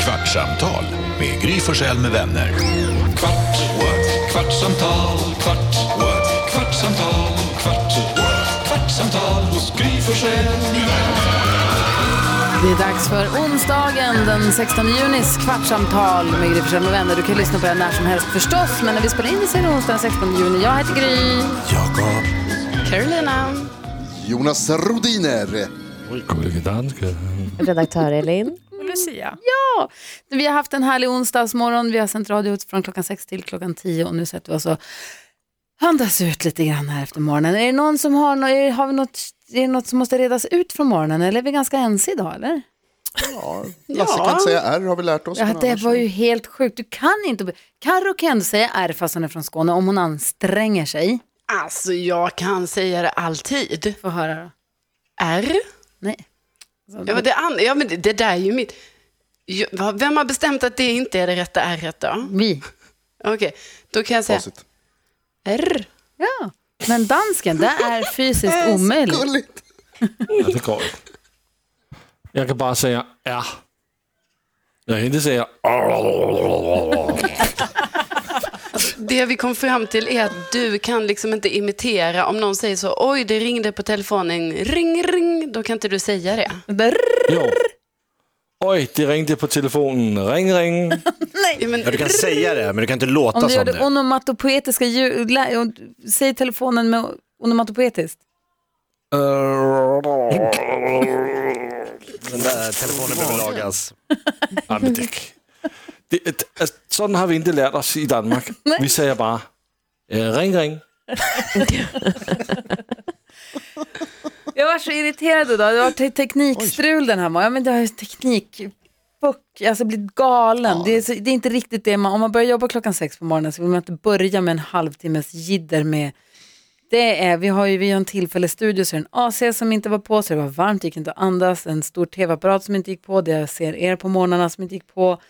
Kvartsamtal med Gry Forssell med vänner. Kvart, what? kvartsamtal, kvart, what? kvartsamtal, kvart, what? kvartsamtal hos Gry Forssell med vänner. Det är dags för onsdagen den 16 junis kvartsamtal med Gry Forssell med vänner. Du kan lyssna på det när som helst förstås, men när vi spelar in det så är det onsdag den 16 juni. Jag heter Gry. Jakob. Carolina. Jonas Rodiner. Redaktör Elin. Lucia. Ja! Vi har haft en härlig onsdagsmorgon. Vi har sänt radio ut från klockan sex till klockan tio och nu sätter vi oss och andas ut lite grann här efter morgonen. Är det någon som har, nå- är det- har vi något, är det något som måste redas ut från morgonen eller är vi ganska ense idag eller? Ja, Lasse kan inte säga R har vi lärt oss. Ja, men det annars- var ju helt sjukt. Du kan inte... be- Carro kan ändå säga R fast hon är från Skåne om hon anstränger sig. Alltså jag kan säga det alltid. Få höra då. R? Nej. Ja men det, an- ja, men det, det där är ju mitt... Ja, va- Vem har bestämt att det inte är det rätta r då? Vi. Okej, då kan jag säga Facit. R. Ja. Men dansken, det är fysiskt omöjligt. Gulligt. Ja, det går ikke. Jeg kan bare sige R. Jeg kan ikke sige Det vi kom fram till är att du kan liksom inte imitera. Om någon säger så, oj det ringde på telefonen, ring ring, då kan inte du säga det. Jo. Oj, det ringte på telefonen. Ring, ring. Ja, men, Ja, du kan säga det, men du kan inte låta Om du som gör det. det onomatopoetiska ljud, lä- och- säg telefonen med onomatopoetiskt. Den där Eh, telefonen behöver lagas. Nej, men det, det, det- altså, sådan har vi inte lärt oss i Danmark. Vi säger bara øh, ring, ring. Jag var så irriterad idag, det var te- teknikstrul den här morgonen. Ja, men det har ju teknik... Fuck, alltså blivit galen. Det, är så, det är inte riktigt det man, om man börjar jobba klockan sex på morgonen så vill man inte börja med en halvtimmes jidder med Det är, vi har ju vi har en tillfällig studio så det är en AC som inte var på så det var varmt, gick inte att andas, en stor tv-apparat som inte gick på, det jag ser er på morgnarna som inte gick på,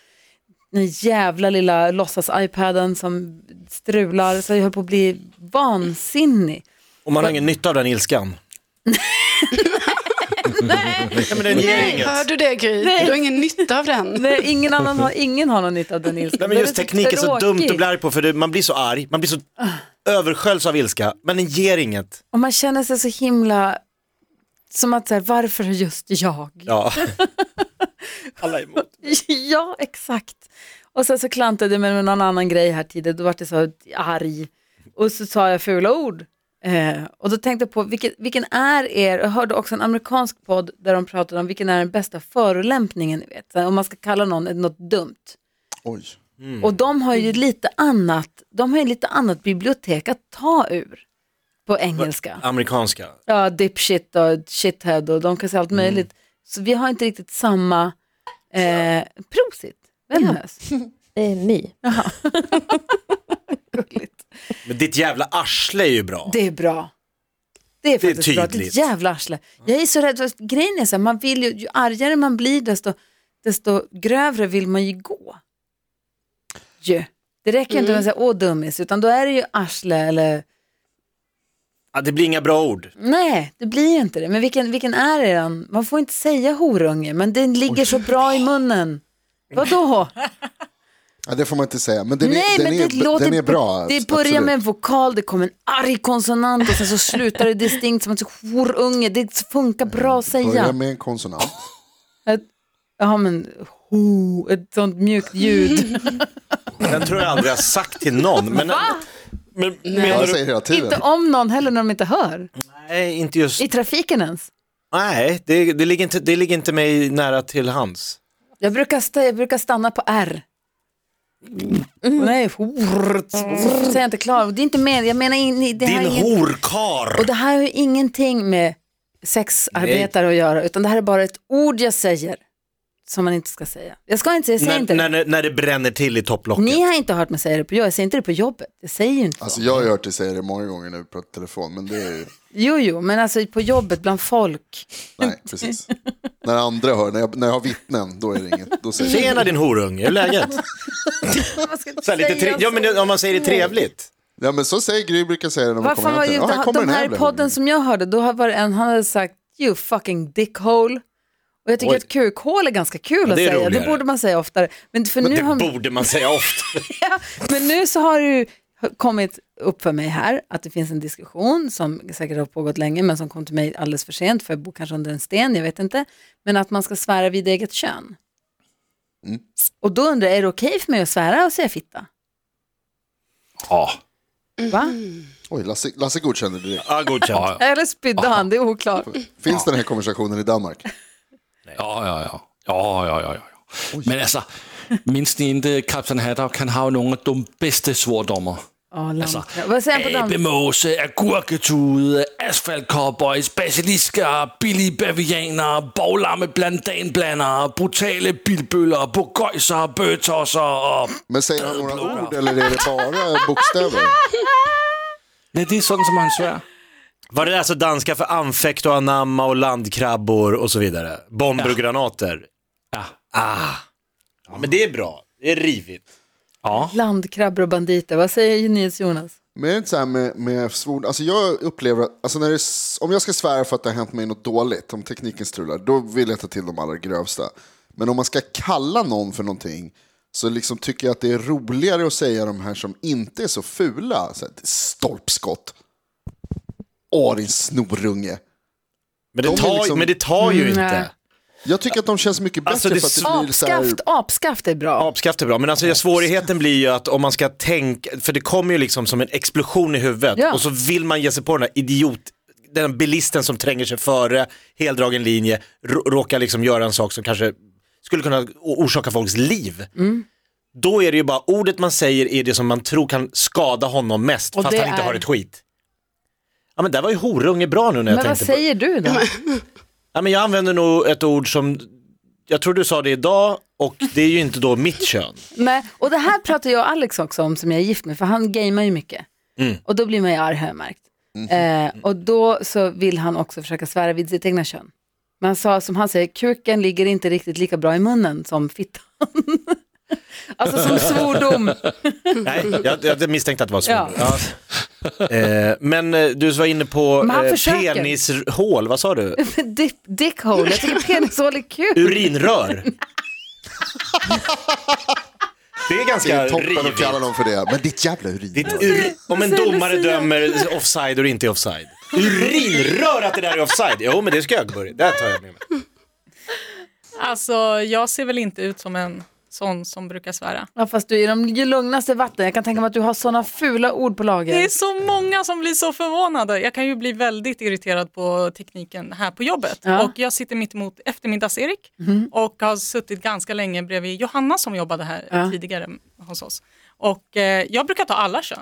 den jävla lilla låtsas-iPaden som strular, så jag höll på att bli vansinnig. Och man har ingen nytta av den ilskan. Nej, men den ger inget. hör du det Gry? Du har ingen nytta av den. Nej, ingen annan har, ingen har någon nytta av den ilskan. Nej, men Den just teknik är så tråkig. dumt att bli arg på, för det, man blir så arg, man blir så översköljs av ilska, men den ger inget. Och man känner sig så himla, som att så här, varför just jag? Ja. Alla är emot. Ja, exakt. Och sen så klantade jag mig med någon annan grej här tidigare, då var det så arg. Och så sa jag fula ord. Eh, och då tänkte jag på, vilken, vilken är er, jag hörde också en amerikansk podd där de pratade om vilken är den bästa förolämpningen, ni vet. Så här, om man ska kalla någon ett- något dumt. Oj. Mm. Och de har ju lite annat, de har ju lite annat bibliotek att ta ur på engelska. Amerikanska. Ja, dipshit och shithead och de kan säga allt Mm. möjligt. Så vi har inte riktigt samma, eh, prosit, vem Mm. hörs? Eh, ni. Men ditt jävla arsle är ju bra. Det är bra. Det är Det är faktiskt bra. Det är ett tydligt. jävla arsle. Jag är så rädd, för grejen är så här, man vill ju, ju argare man blir desto, desto grövre vill man ju gå. Ju. Det räcker ju inte Mm. med att säga åh dummis, utan då är det ju arsle eller Ja, det blir inga bra ord. nej, det blir ju inte det. Men vilken, vilken är det den? Man får inte säga horunge, men den ligger så bra i munnen. Vadå? Ja, det får man inte säga, men den är, Nej, den men är, det låter... den är bra. Det börjar absolut. med en vokal, det kommer en arg konsonant och sen så slutar det distinkt som att horunge, det funkar bra att Börja säga. med en konsonant. Ett- Ja men, ho, ett sånt mjukt ljud. Den tror jag aldrig jag har sagt till någon. Men, men Ja, menar jag du? säger hela tiden. inte om någon heller när de inte hör. Nej, inte just. I trafiken ens. Nej, det, det, ligger inte, det ligger inte mig nära till hands. Jag brukar, sta- jag brukar stanna på R. Mm. Nej, hort. Säger jag inte klar. Det är inte men, jag menar in, det här Din är inget, horkar! Och det här har ju ingenting med sexarbetare att göra, utan det här är bara ett ord jag säger som man inte ska säga. Jag ska inte säga, jag säger inte När, det. när, när det bränner till i topplocket. Ni har inte hört mig säga det på jobbet, jag säger inte det på jobbet. Jag säger ju inte Alltså så. jag har hört dig säga det många gånger nu på telefon, men det är ju, Jo, jo, men alltså på jobbet bland folk. nej precis. När andra hör, när jag, när jag har vittnen, då är det inget, då säger jag Tjena din horunge, hur är läget? Man ska inte Så här, lite tre... säga alltså? ja, men så. det- om man säger det trevligt. Ja men så säger Gry, brukar säga det när man Varför kommer var hem. ju, till- Ja, här kommer de den här här i podden podden. som jag hörde, då var det en, han hade sagt you fucking dickhole. Och jag tycker Oj. att kukhål är ganska kul att det är säga. Det roligare. borde man säga oftare. Men, för Men nu det har... borde man säga ofta. Ja, men nu så har det ju kommit upp för mig här att det finns en diskussion som säkert har pågått länge men som kom till mig alldeles för sent för jag bor kanske under en sten, jag vet inte. Men att man ska svära vid eget kön. Mm. Och då undrar jag, är det okej för mig att svära och säga fitta? Ja. Va? Oj, Lasse, Lasse godkänner direkt. Ja, godkänt. Ja, ja. Eller spydde han, det är oklart. Finns den här konversationen i Danmark? Ja, ja, ja. Ja, ja, ja, ja. Men alltså, minns ni inte Kapten Haddock? Han har ju några av de bästa svordomar. Ja, Alltså, lantbröd. Vad säger eh, han på danska? Abemåse, agurketude, asfaltcowboys, basilisker, billige bavianer, boglamme blandanblandere, brutale bilbøller, bogøjser, bøtosser og... Men säger han några ord eller är det bara bokstäver? Nej, det är sådan, som han svär. Var det alltså danska för anfäkt och anamma och landkrabbor och så vidare? Bomber och granater? Ja. Ah. Ja, men det är bra. Det är rivigt. Ja. Landkrabbor och banditer, vad säger Nils Jonas? Men är det inte så här med, med svord... Alltså jag upplever att alltså när det, är s- om jag ska svära för att det har hänt mig något dåligt, om tekniken strular, då vill jag ta till de allra grövsta. Men om man ska kalla någon för någonting så liksom tycker jag att det är roligare att säga de här som inte är så fula. Så här, stolpskott. Åh, din snorunge. Men det De är tar, liksom- men det tar ju Mm, inte. nej. Jag tycker att de känns mycket bättre Alltså, det för att det blir så här... Apskaft, apskaft är bra. Apskaft är bra, men alltså ja, svårigheten blir ju att om man ska tänka, för det kommer ju liksom som en explosion i huvudet Ja. och så vill man ge sig på den här idiot, den här bilisten som tränger sig före, heldragen linje, rå- råkar liksom göra en sak som kanske skulle kunna o- orsaka folks liv. Mm. Då är det ju bara ordet man säger är det som man tror kan skada honom mest, Och fast det han inte är- har ett skit. Ja men där var ju horunge bra nu när Men jag vad tänkte på säger du då? Ja, men jag använder nog ett ord som, jag tror du sa det idag och det är ju inte då mitt kön. Nej, och det här pratar jag och Alex också om som jag är gift med, för han gamear ju mycket. Mm. Och då blir man ju arg har jag märkt. Eh, och då så vill han också försöka svära vid sitt egna kön. Men han sa, som han säger, kuken ligger inte riktigt lika bra i munnen som fittan. alltså som svordom. Nej, jag, jag misstänkte att det var så. Ja. Ja. Eh, men eh, du var inne på Men han eh, försöker. penishål, vad sa du? Dick, dickhole, jag tycker penishål är kul. Urinrör. det är Det ganska är toppen att rivigt. kalla dem för det. Men ditt jävla urin. Ditt ur- Om en Vad säger domare Lucia? dömer offside och inte är offside. Urinrör att det där är offside. Jo, men det ska jag börja. Det här tar jag med mig. Alltså, jag ser väl inte ut som en sån som brukar svära. Ja, fast du är i de lugnaste vatten, jag kan tänka mig att du har sådana fula ord på Det lager. är så många som blir så förvånade. Jag kan ju bli väldigt irriterad på tekniken här på jobbet. Ja. Mhm. Och jag sitter mitt emot eftermiddags-Erik och har suttit ganska länge bredvid Johanna som jobbade här Ja. tidigare hos oss. Och eh, jag brukar ta alla kön.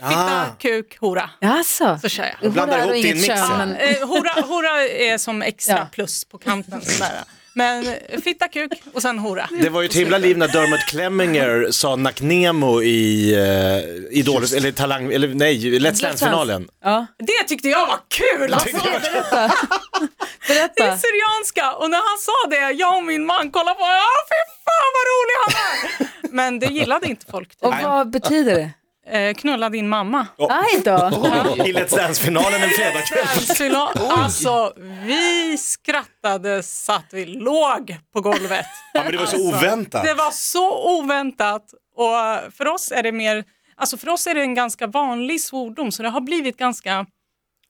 Ah. Ah. Fitta, kuk, hora. Alltså, Så kör jag. blandar hora och ihop din inget mix kön, här. men- Eh, hora, hora är som extra Ja. plus på kanten. Sådär. Men eh, fitta, kuk och sen hora. Det var ju ett himla liv när Dermot Clemminger sa Nack Nemo i eh, Idol, eller Talang, eller nej, Let's Dance-finalen. Ja, Det tyckte jag var kul! Alltså. Det är berätta. Syrianska och när han sa det, jag och min man kollade på honom, "Ah, fy fan vad rolig han är! Men det gillade inte folk. typ. Och vad betyder det? Eh, knulla din mamma. Aj då. I Let's Dance-finalen en fredagkväll. Syla- Alltså vi skrattade så att vi låg på golvet. Ja, men det var så oväntat. Det var så oväntat och för oss är det mer, alltså för oss är det en ganska vanlig svordom så det har blivit ganska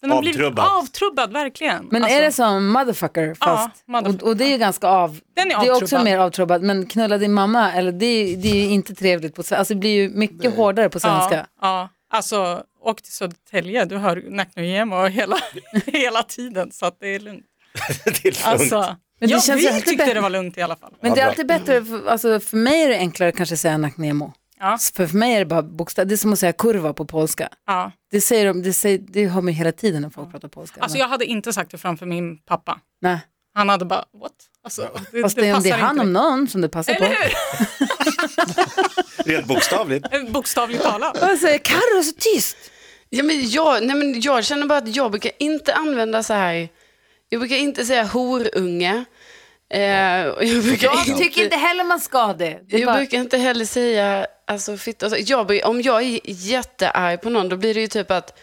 den har Avtrubbad. blivit avtrubbad verkligen. Men alltså, är det som motherfucker fast? motherfucker. Och, och det är ju ganska av... Den är det är avtrubbad. också mer avtrubbad. Men knulla din mamma, eller det, är- det är ju inte trevligt på svenska. Alltså det blir ju mycket hårdare på svenska. Ja, ja. Alltså, åk till Södertälje, du hör Nacknojemo hela, hela tiden så att det är lugnt. det är lugnt. Alltså, Men det ja, känns ju vi alltid tyckte bättre. det var lugnt i alla fall. Men det är alltid bättre, för, alltså för mig är det enklare kanske att säga nacknemo. Ja. För, för mig är det bara bokstäver, det är som att säga kurva på polska. Ja. Det, säger de, det, säger, det har man ju hela tiden när folk pratar polska. Alltså, Men- jag hade inte sagt det framför min pappa. Nej. Han hade bara, what? Alltså, det, Fast det, är om det är passar han inte om någon som det passar på. Rent bokstavligt. riktigt. Eh, Bokstavligt talat. Och jag säger Carro så tyst. Ja, men jag, nej, men jag känner bara att jag brukar inte använda så här. Jag brukar inte säga horunge. Eh, och jag brukar Jag tycker inte heller man ska det. det är jag bara, brukar inte heller säga alltså, fitta. och så. Jag, blir- om jag är jättearg på någon, då blir det ju typ att...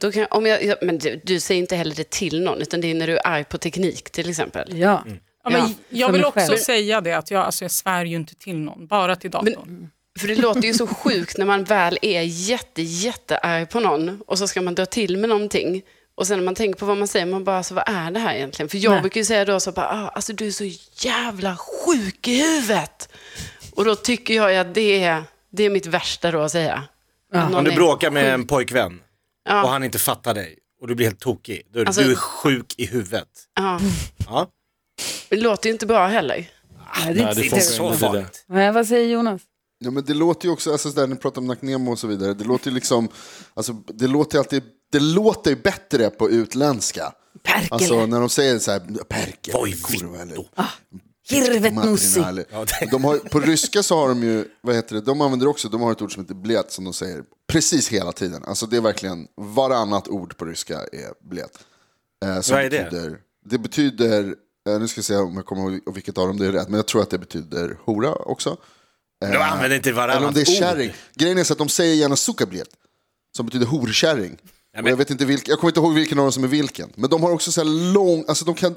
Då kan, om jag, jag, men du, du säger inte heller det till någon, utan det är när du är arg på teknik till exempel. ja. Ja, men Ja, jag för vill mig också själv. säga det att jag, alltså, jag svär ju inte till någon, bara till datorn. För det låter ju så sjukt när man väl är jätte, jättearg på någon och så ska man dra till med någonting. Och sen när man tänker på vad man säger, man bara, alltså, vad är det här egentligen? För jag Nej. brukar ju säga då så bara, ah, alltså du är så jävla sjuk i huvudet. Och då tycker jag ju att det är, det är mitt värsta då att säga. Att någon Om du är bråkar med sjuk. en pojkvän Ja. och han inte fattar dig och du blir helt tokig, då är det, Alltså- du är sjuk i huvudet. Ja. Ja. Det låter ju inte bra heller. Nej, det är Nej, inte det Det är funkar så så inte, det där. farligt. Nej, vad säger Jonas? Ja, men det låter ju också, alltså där ni pratar om Nacnemo och så vidare, det låter ju liksom, alltså det låter ju alltid, det låter ju bättre på utländska. Perkele, Alltså när de säger så här, perkele, Voi kurva eller hirvetnossi. matrina, eller- de har, På ryska så har de ju, vad heter det, de använder också, de har ett ord som heter blet som de säger precis hela tiden. Alltså det är verkligen, varannat ord på ryska är blet. Eh, som Vad är det? Betyder, det betyder, eh, nu ska jag se om jag kommer ihåg vilket av dem det är rätt, men jag tror att det betyder hora också. Du använder inte Eller om varannat det är ord. kärring. Grejen är så att de säger gärna sukablet, som betyder horkärring. Och jag, vet inte vilk, jag kommer inte ihåg vilken av dem som är vilken. Men de har också så här lång, alltså de kan,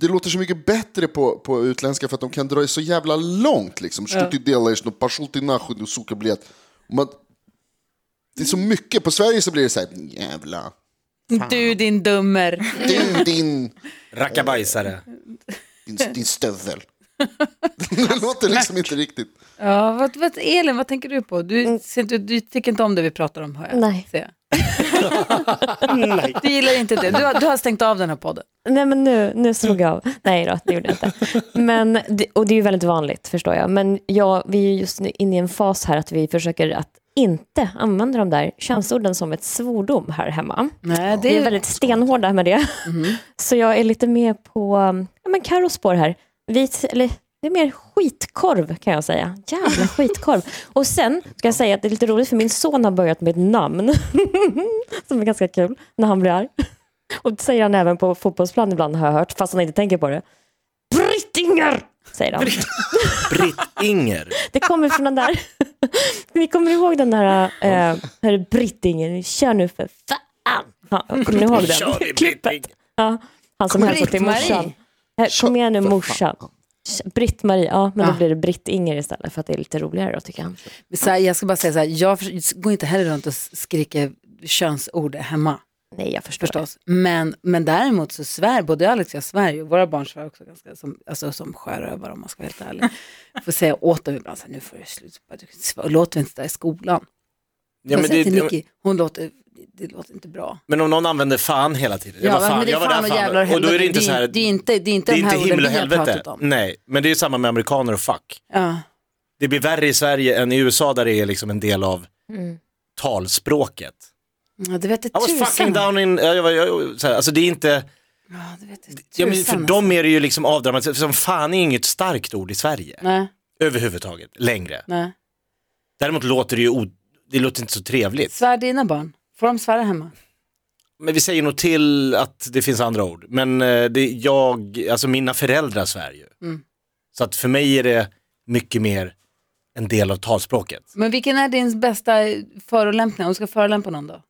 det låter så mycket bättre på, på utländska för att de kan dra så jävla långt liksom. Sluti delash, no pashul ti nahud, no sukablet. Och man- Det är så mycket, på Sverige så blir det så här, jävla, Du din dummer. du din, Rackabajsare. din, din stövel. Det låter liksom inte riktigt. Ja, vad, vad, Elin, vad tänker du på? Mm. Du, ser inte, du tycker inte om det vi pratar om, hör jag. Nej. ser jag. Du gillar inte det. Du har, du har stängt av den här podden. Nej men nu, nu slog jag av. Nej då, det gjorde jag inte. Men, det- och det är ju väldigt vanligt förstår jag. Men jag, vi är ju just nu inne i en fas här att vi försöker att inte använda de där könsorden som ett svordom här hemma. Nej, Vi är väldigt stenhårda med det. Så jag är lite med på um, ja, men Carros spår här. Vit, eller, det är mer skitkorv kan jag säga. Jävla skitkorv. Och sen ska jag säga att det är lite roligt för min son har börjat med ett namn. som är ganska kul när han blir arg. Och det säger han även på fotbollsplan ibland har jag hört, fast han inte tänker på det. Brittinger! Säger han. Britt-Inger. Det kommer från den där... Ni kommer ihåg den där... Eh, här Brittingen, kör nu för fan! Ja, kommer ni ihåg Kör den? vi, Britt-Inger. Ja, han som hälsade till Britt-Marie. morsan. Eh, Kom igen nu morsan. Britt-Marie, ja men Ja. då blir det Britt-Inger istället för att det är lite roligare då tycker han. Så här, jag ska bara säga så här, jag förs- går inte heller runt och skriker könsord hemma. Nej jag förstår. förstås. Men, men däremot så svär både Alex och jag svär ju, våra barn svär också ganska som, alltså, som sjörövare om man ska vara helt ärlig. Får säga åt dem ibland, så här, nu får du sluta, Bara, du svär- låter inte där i skolan. Ja, jag men, säger till det, Nicky, hon låter, det, det låter inte bra. men om någon använder fan hela tiden. Jag var fan, jag var där fan. Och då är det inte så här. Det är inte, det är inte Det är de inte här orden himmel vi och har helvete. pratat om. Nej, men det är samma med amerikaner och fuck. Ja. Det blir värre i Sverige än i USA där det är liksom en del av Mm. talspråket. Ja, det vet I was fucking down in... ja, Jag var, jag, jag, så här, alltså det är inte... Ja, det alltså. vet det Ja, men för tusan, dem är det ju liksom avdramatiserat. Som fan är inget starkt ord i Sverige. alltså. Nej, Överhuvudtaget. Längre. nej. Däremot låter det ju... O, det låter inte så trevligt. Svär dina barn. Får de svära hemma? Men vi säger nog till att det finns andra ord. Men eh, det, jag, alltså mina föräldrar svär ju. Mm. Så att för mig är det mycket mer en del av talspråket. Men vilken är din bästa förolämpning? Om du ska förolämpa någon då?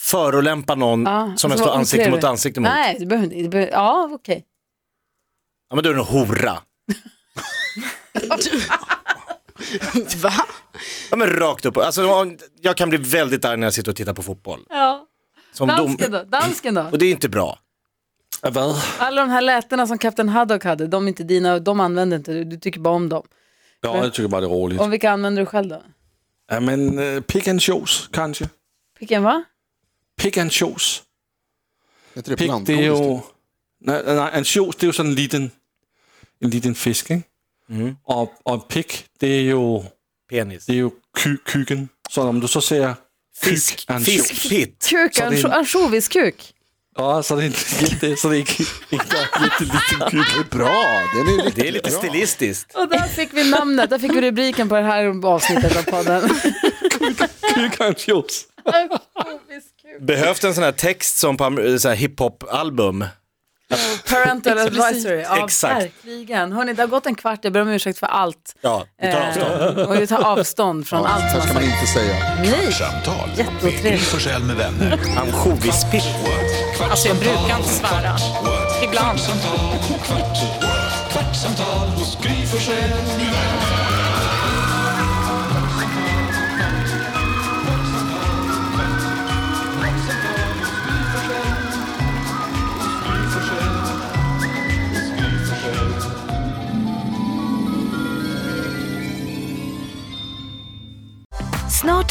Förolämpa någon Ja, som jag alltså, står ansikte otrevlig. mot ansikte mot. Nej, det behöver inte. Det behöver, ja, okej. Ja men då är det en hora. Va? Ja men rakt upp. Alltså, om- jag kan bli väldigt arg när jag sitter och tittar på fotboll. Ja. Som dom, Dansken då? Dansken då? och det är inte bra. Ja, vad? Alla de här lätena som Kapten Haddock hade, de är inte dina, och de använder inte du, du tycker bara om dem. Ja, jag tycker bara det är roligt. Och vilka använder du själv då? Ja, men uh, pick and choose kanske. Vilken va? Pick and choose. Heter det Pick det är blandgodis? ju... Nej, øh, nej, en choose det är ju sådan en liten, en liten fisk. ikke? Och, och pick det är ju, Penis. det är ju ky, kyken. Så om du så säger Fisk, Fisk- fiskpitt. Kuk, Så det är en- ansjo- ansjoviskuk. Ja, så det är inte jätte, så det är inte, inte jätteliten kyckling. Bra, den är riktigt Det är lite bra. stilistiskt. Och där fick vi namnet, där fick vi rubriken på det här avsnittet av podden. Kyck and chips. Ansjoviskuk. Behövt en sån här text som på am- sån här hiphop-album. Parental advisory. Ja, Exakt. verkligen. Hörni, det har gått en kvart, jag ber om ursäkt för allt. Ja, vi tar avstånd. Eh, och vi tar avstånd från Ja, allt här som ska har man sagts. inte säga. Nej, Kvartsamtal med Gry Jätteotrevligt. Forssell med vänner. Ansjovispitt. Alltså jag brukar inte svära. Ibland. Kvartsamtal, kvart, what? kvartsamtal hos Gry Forssell med vänner. Snart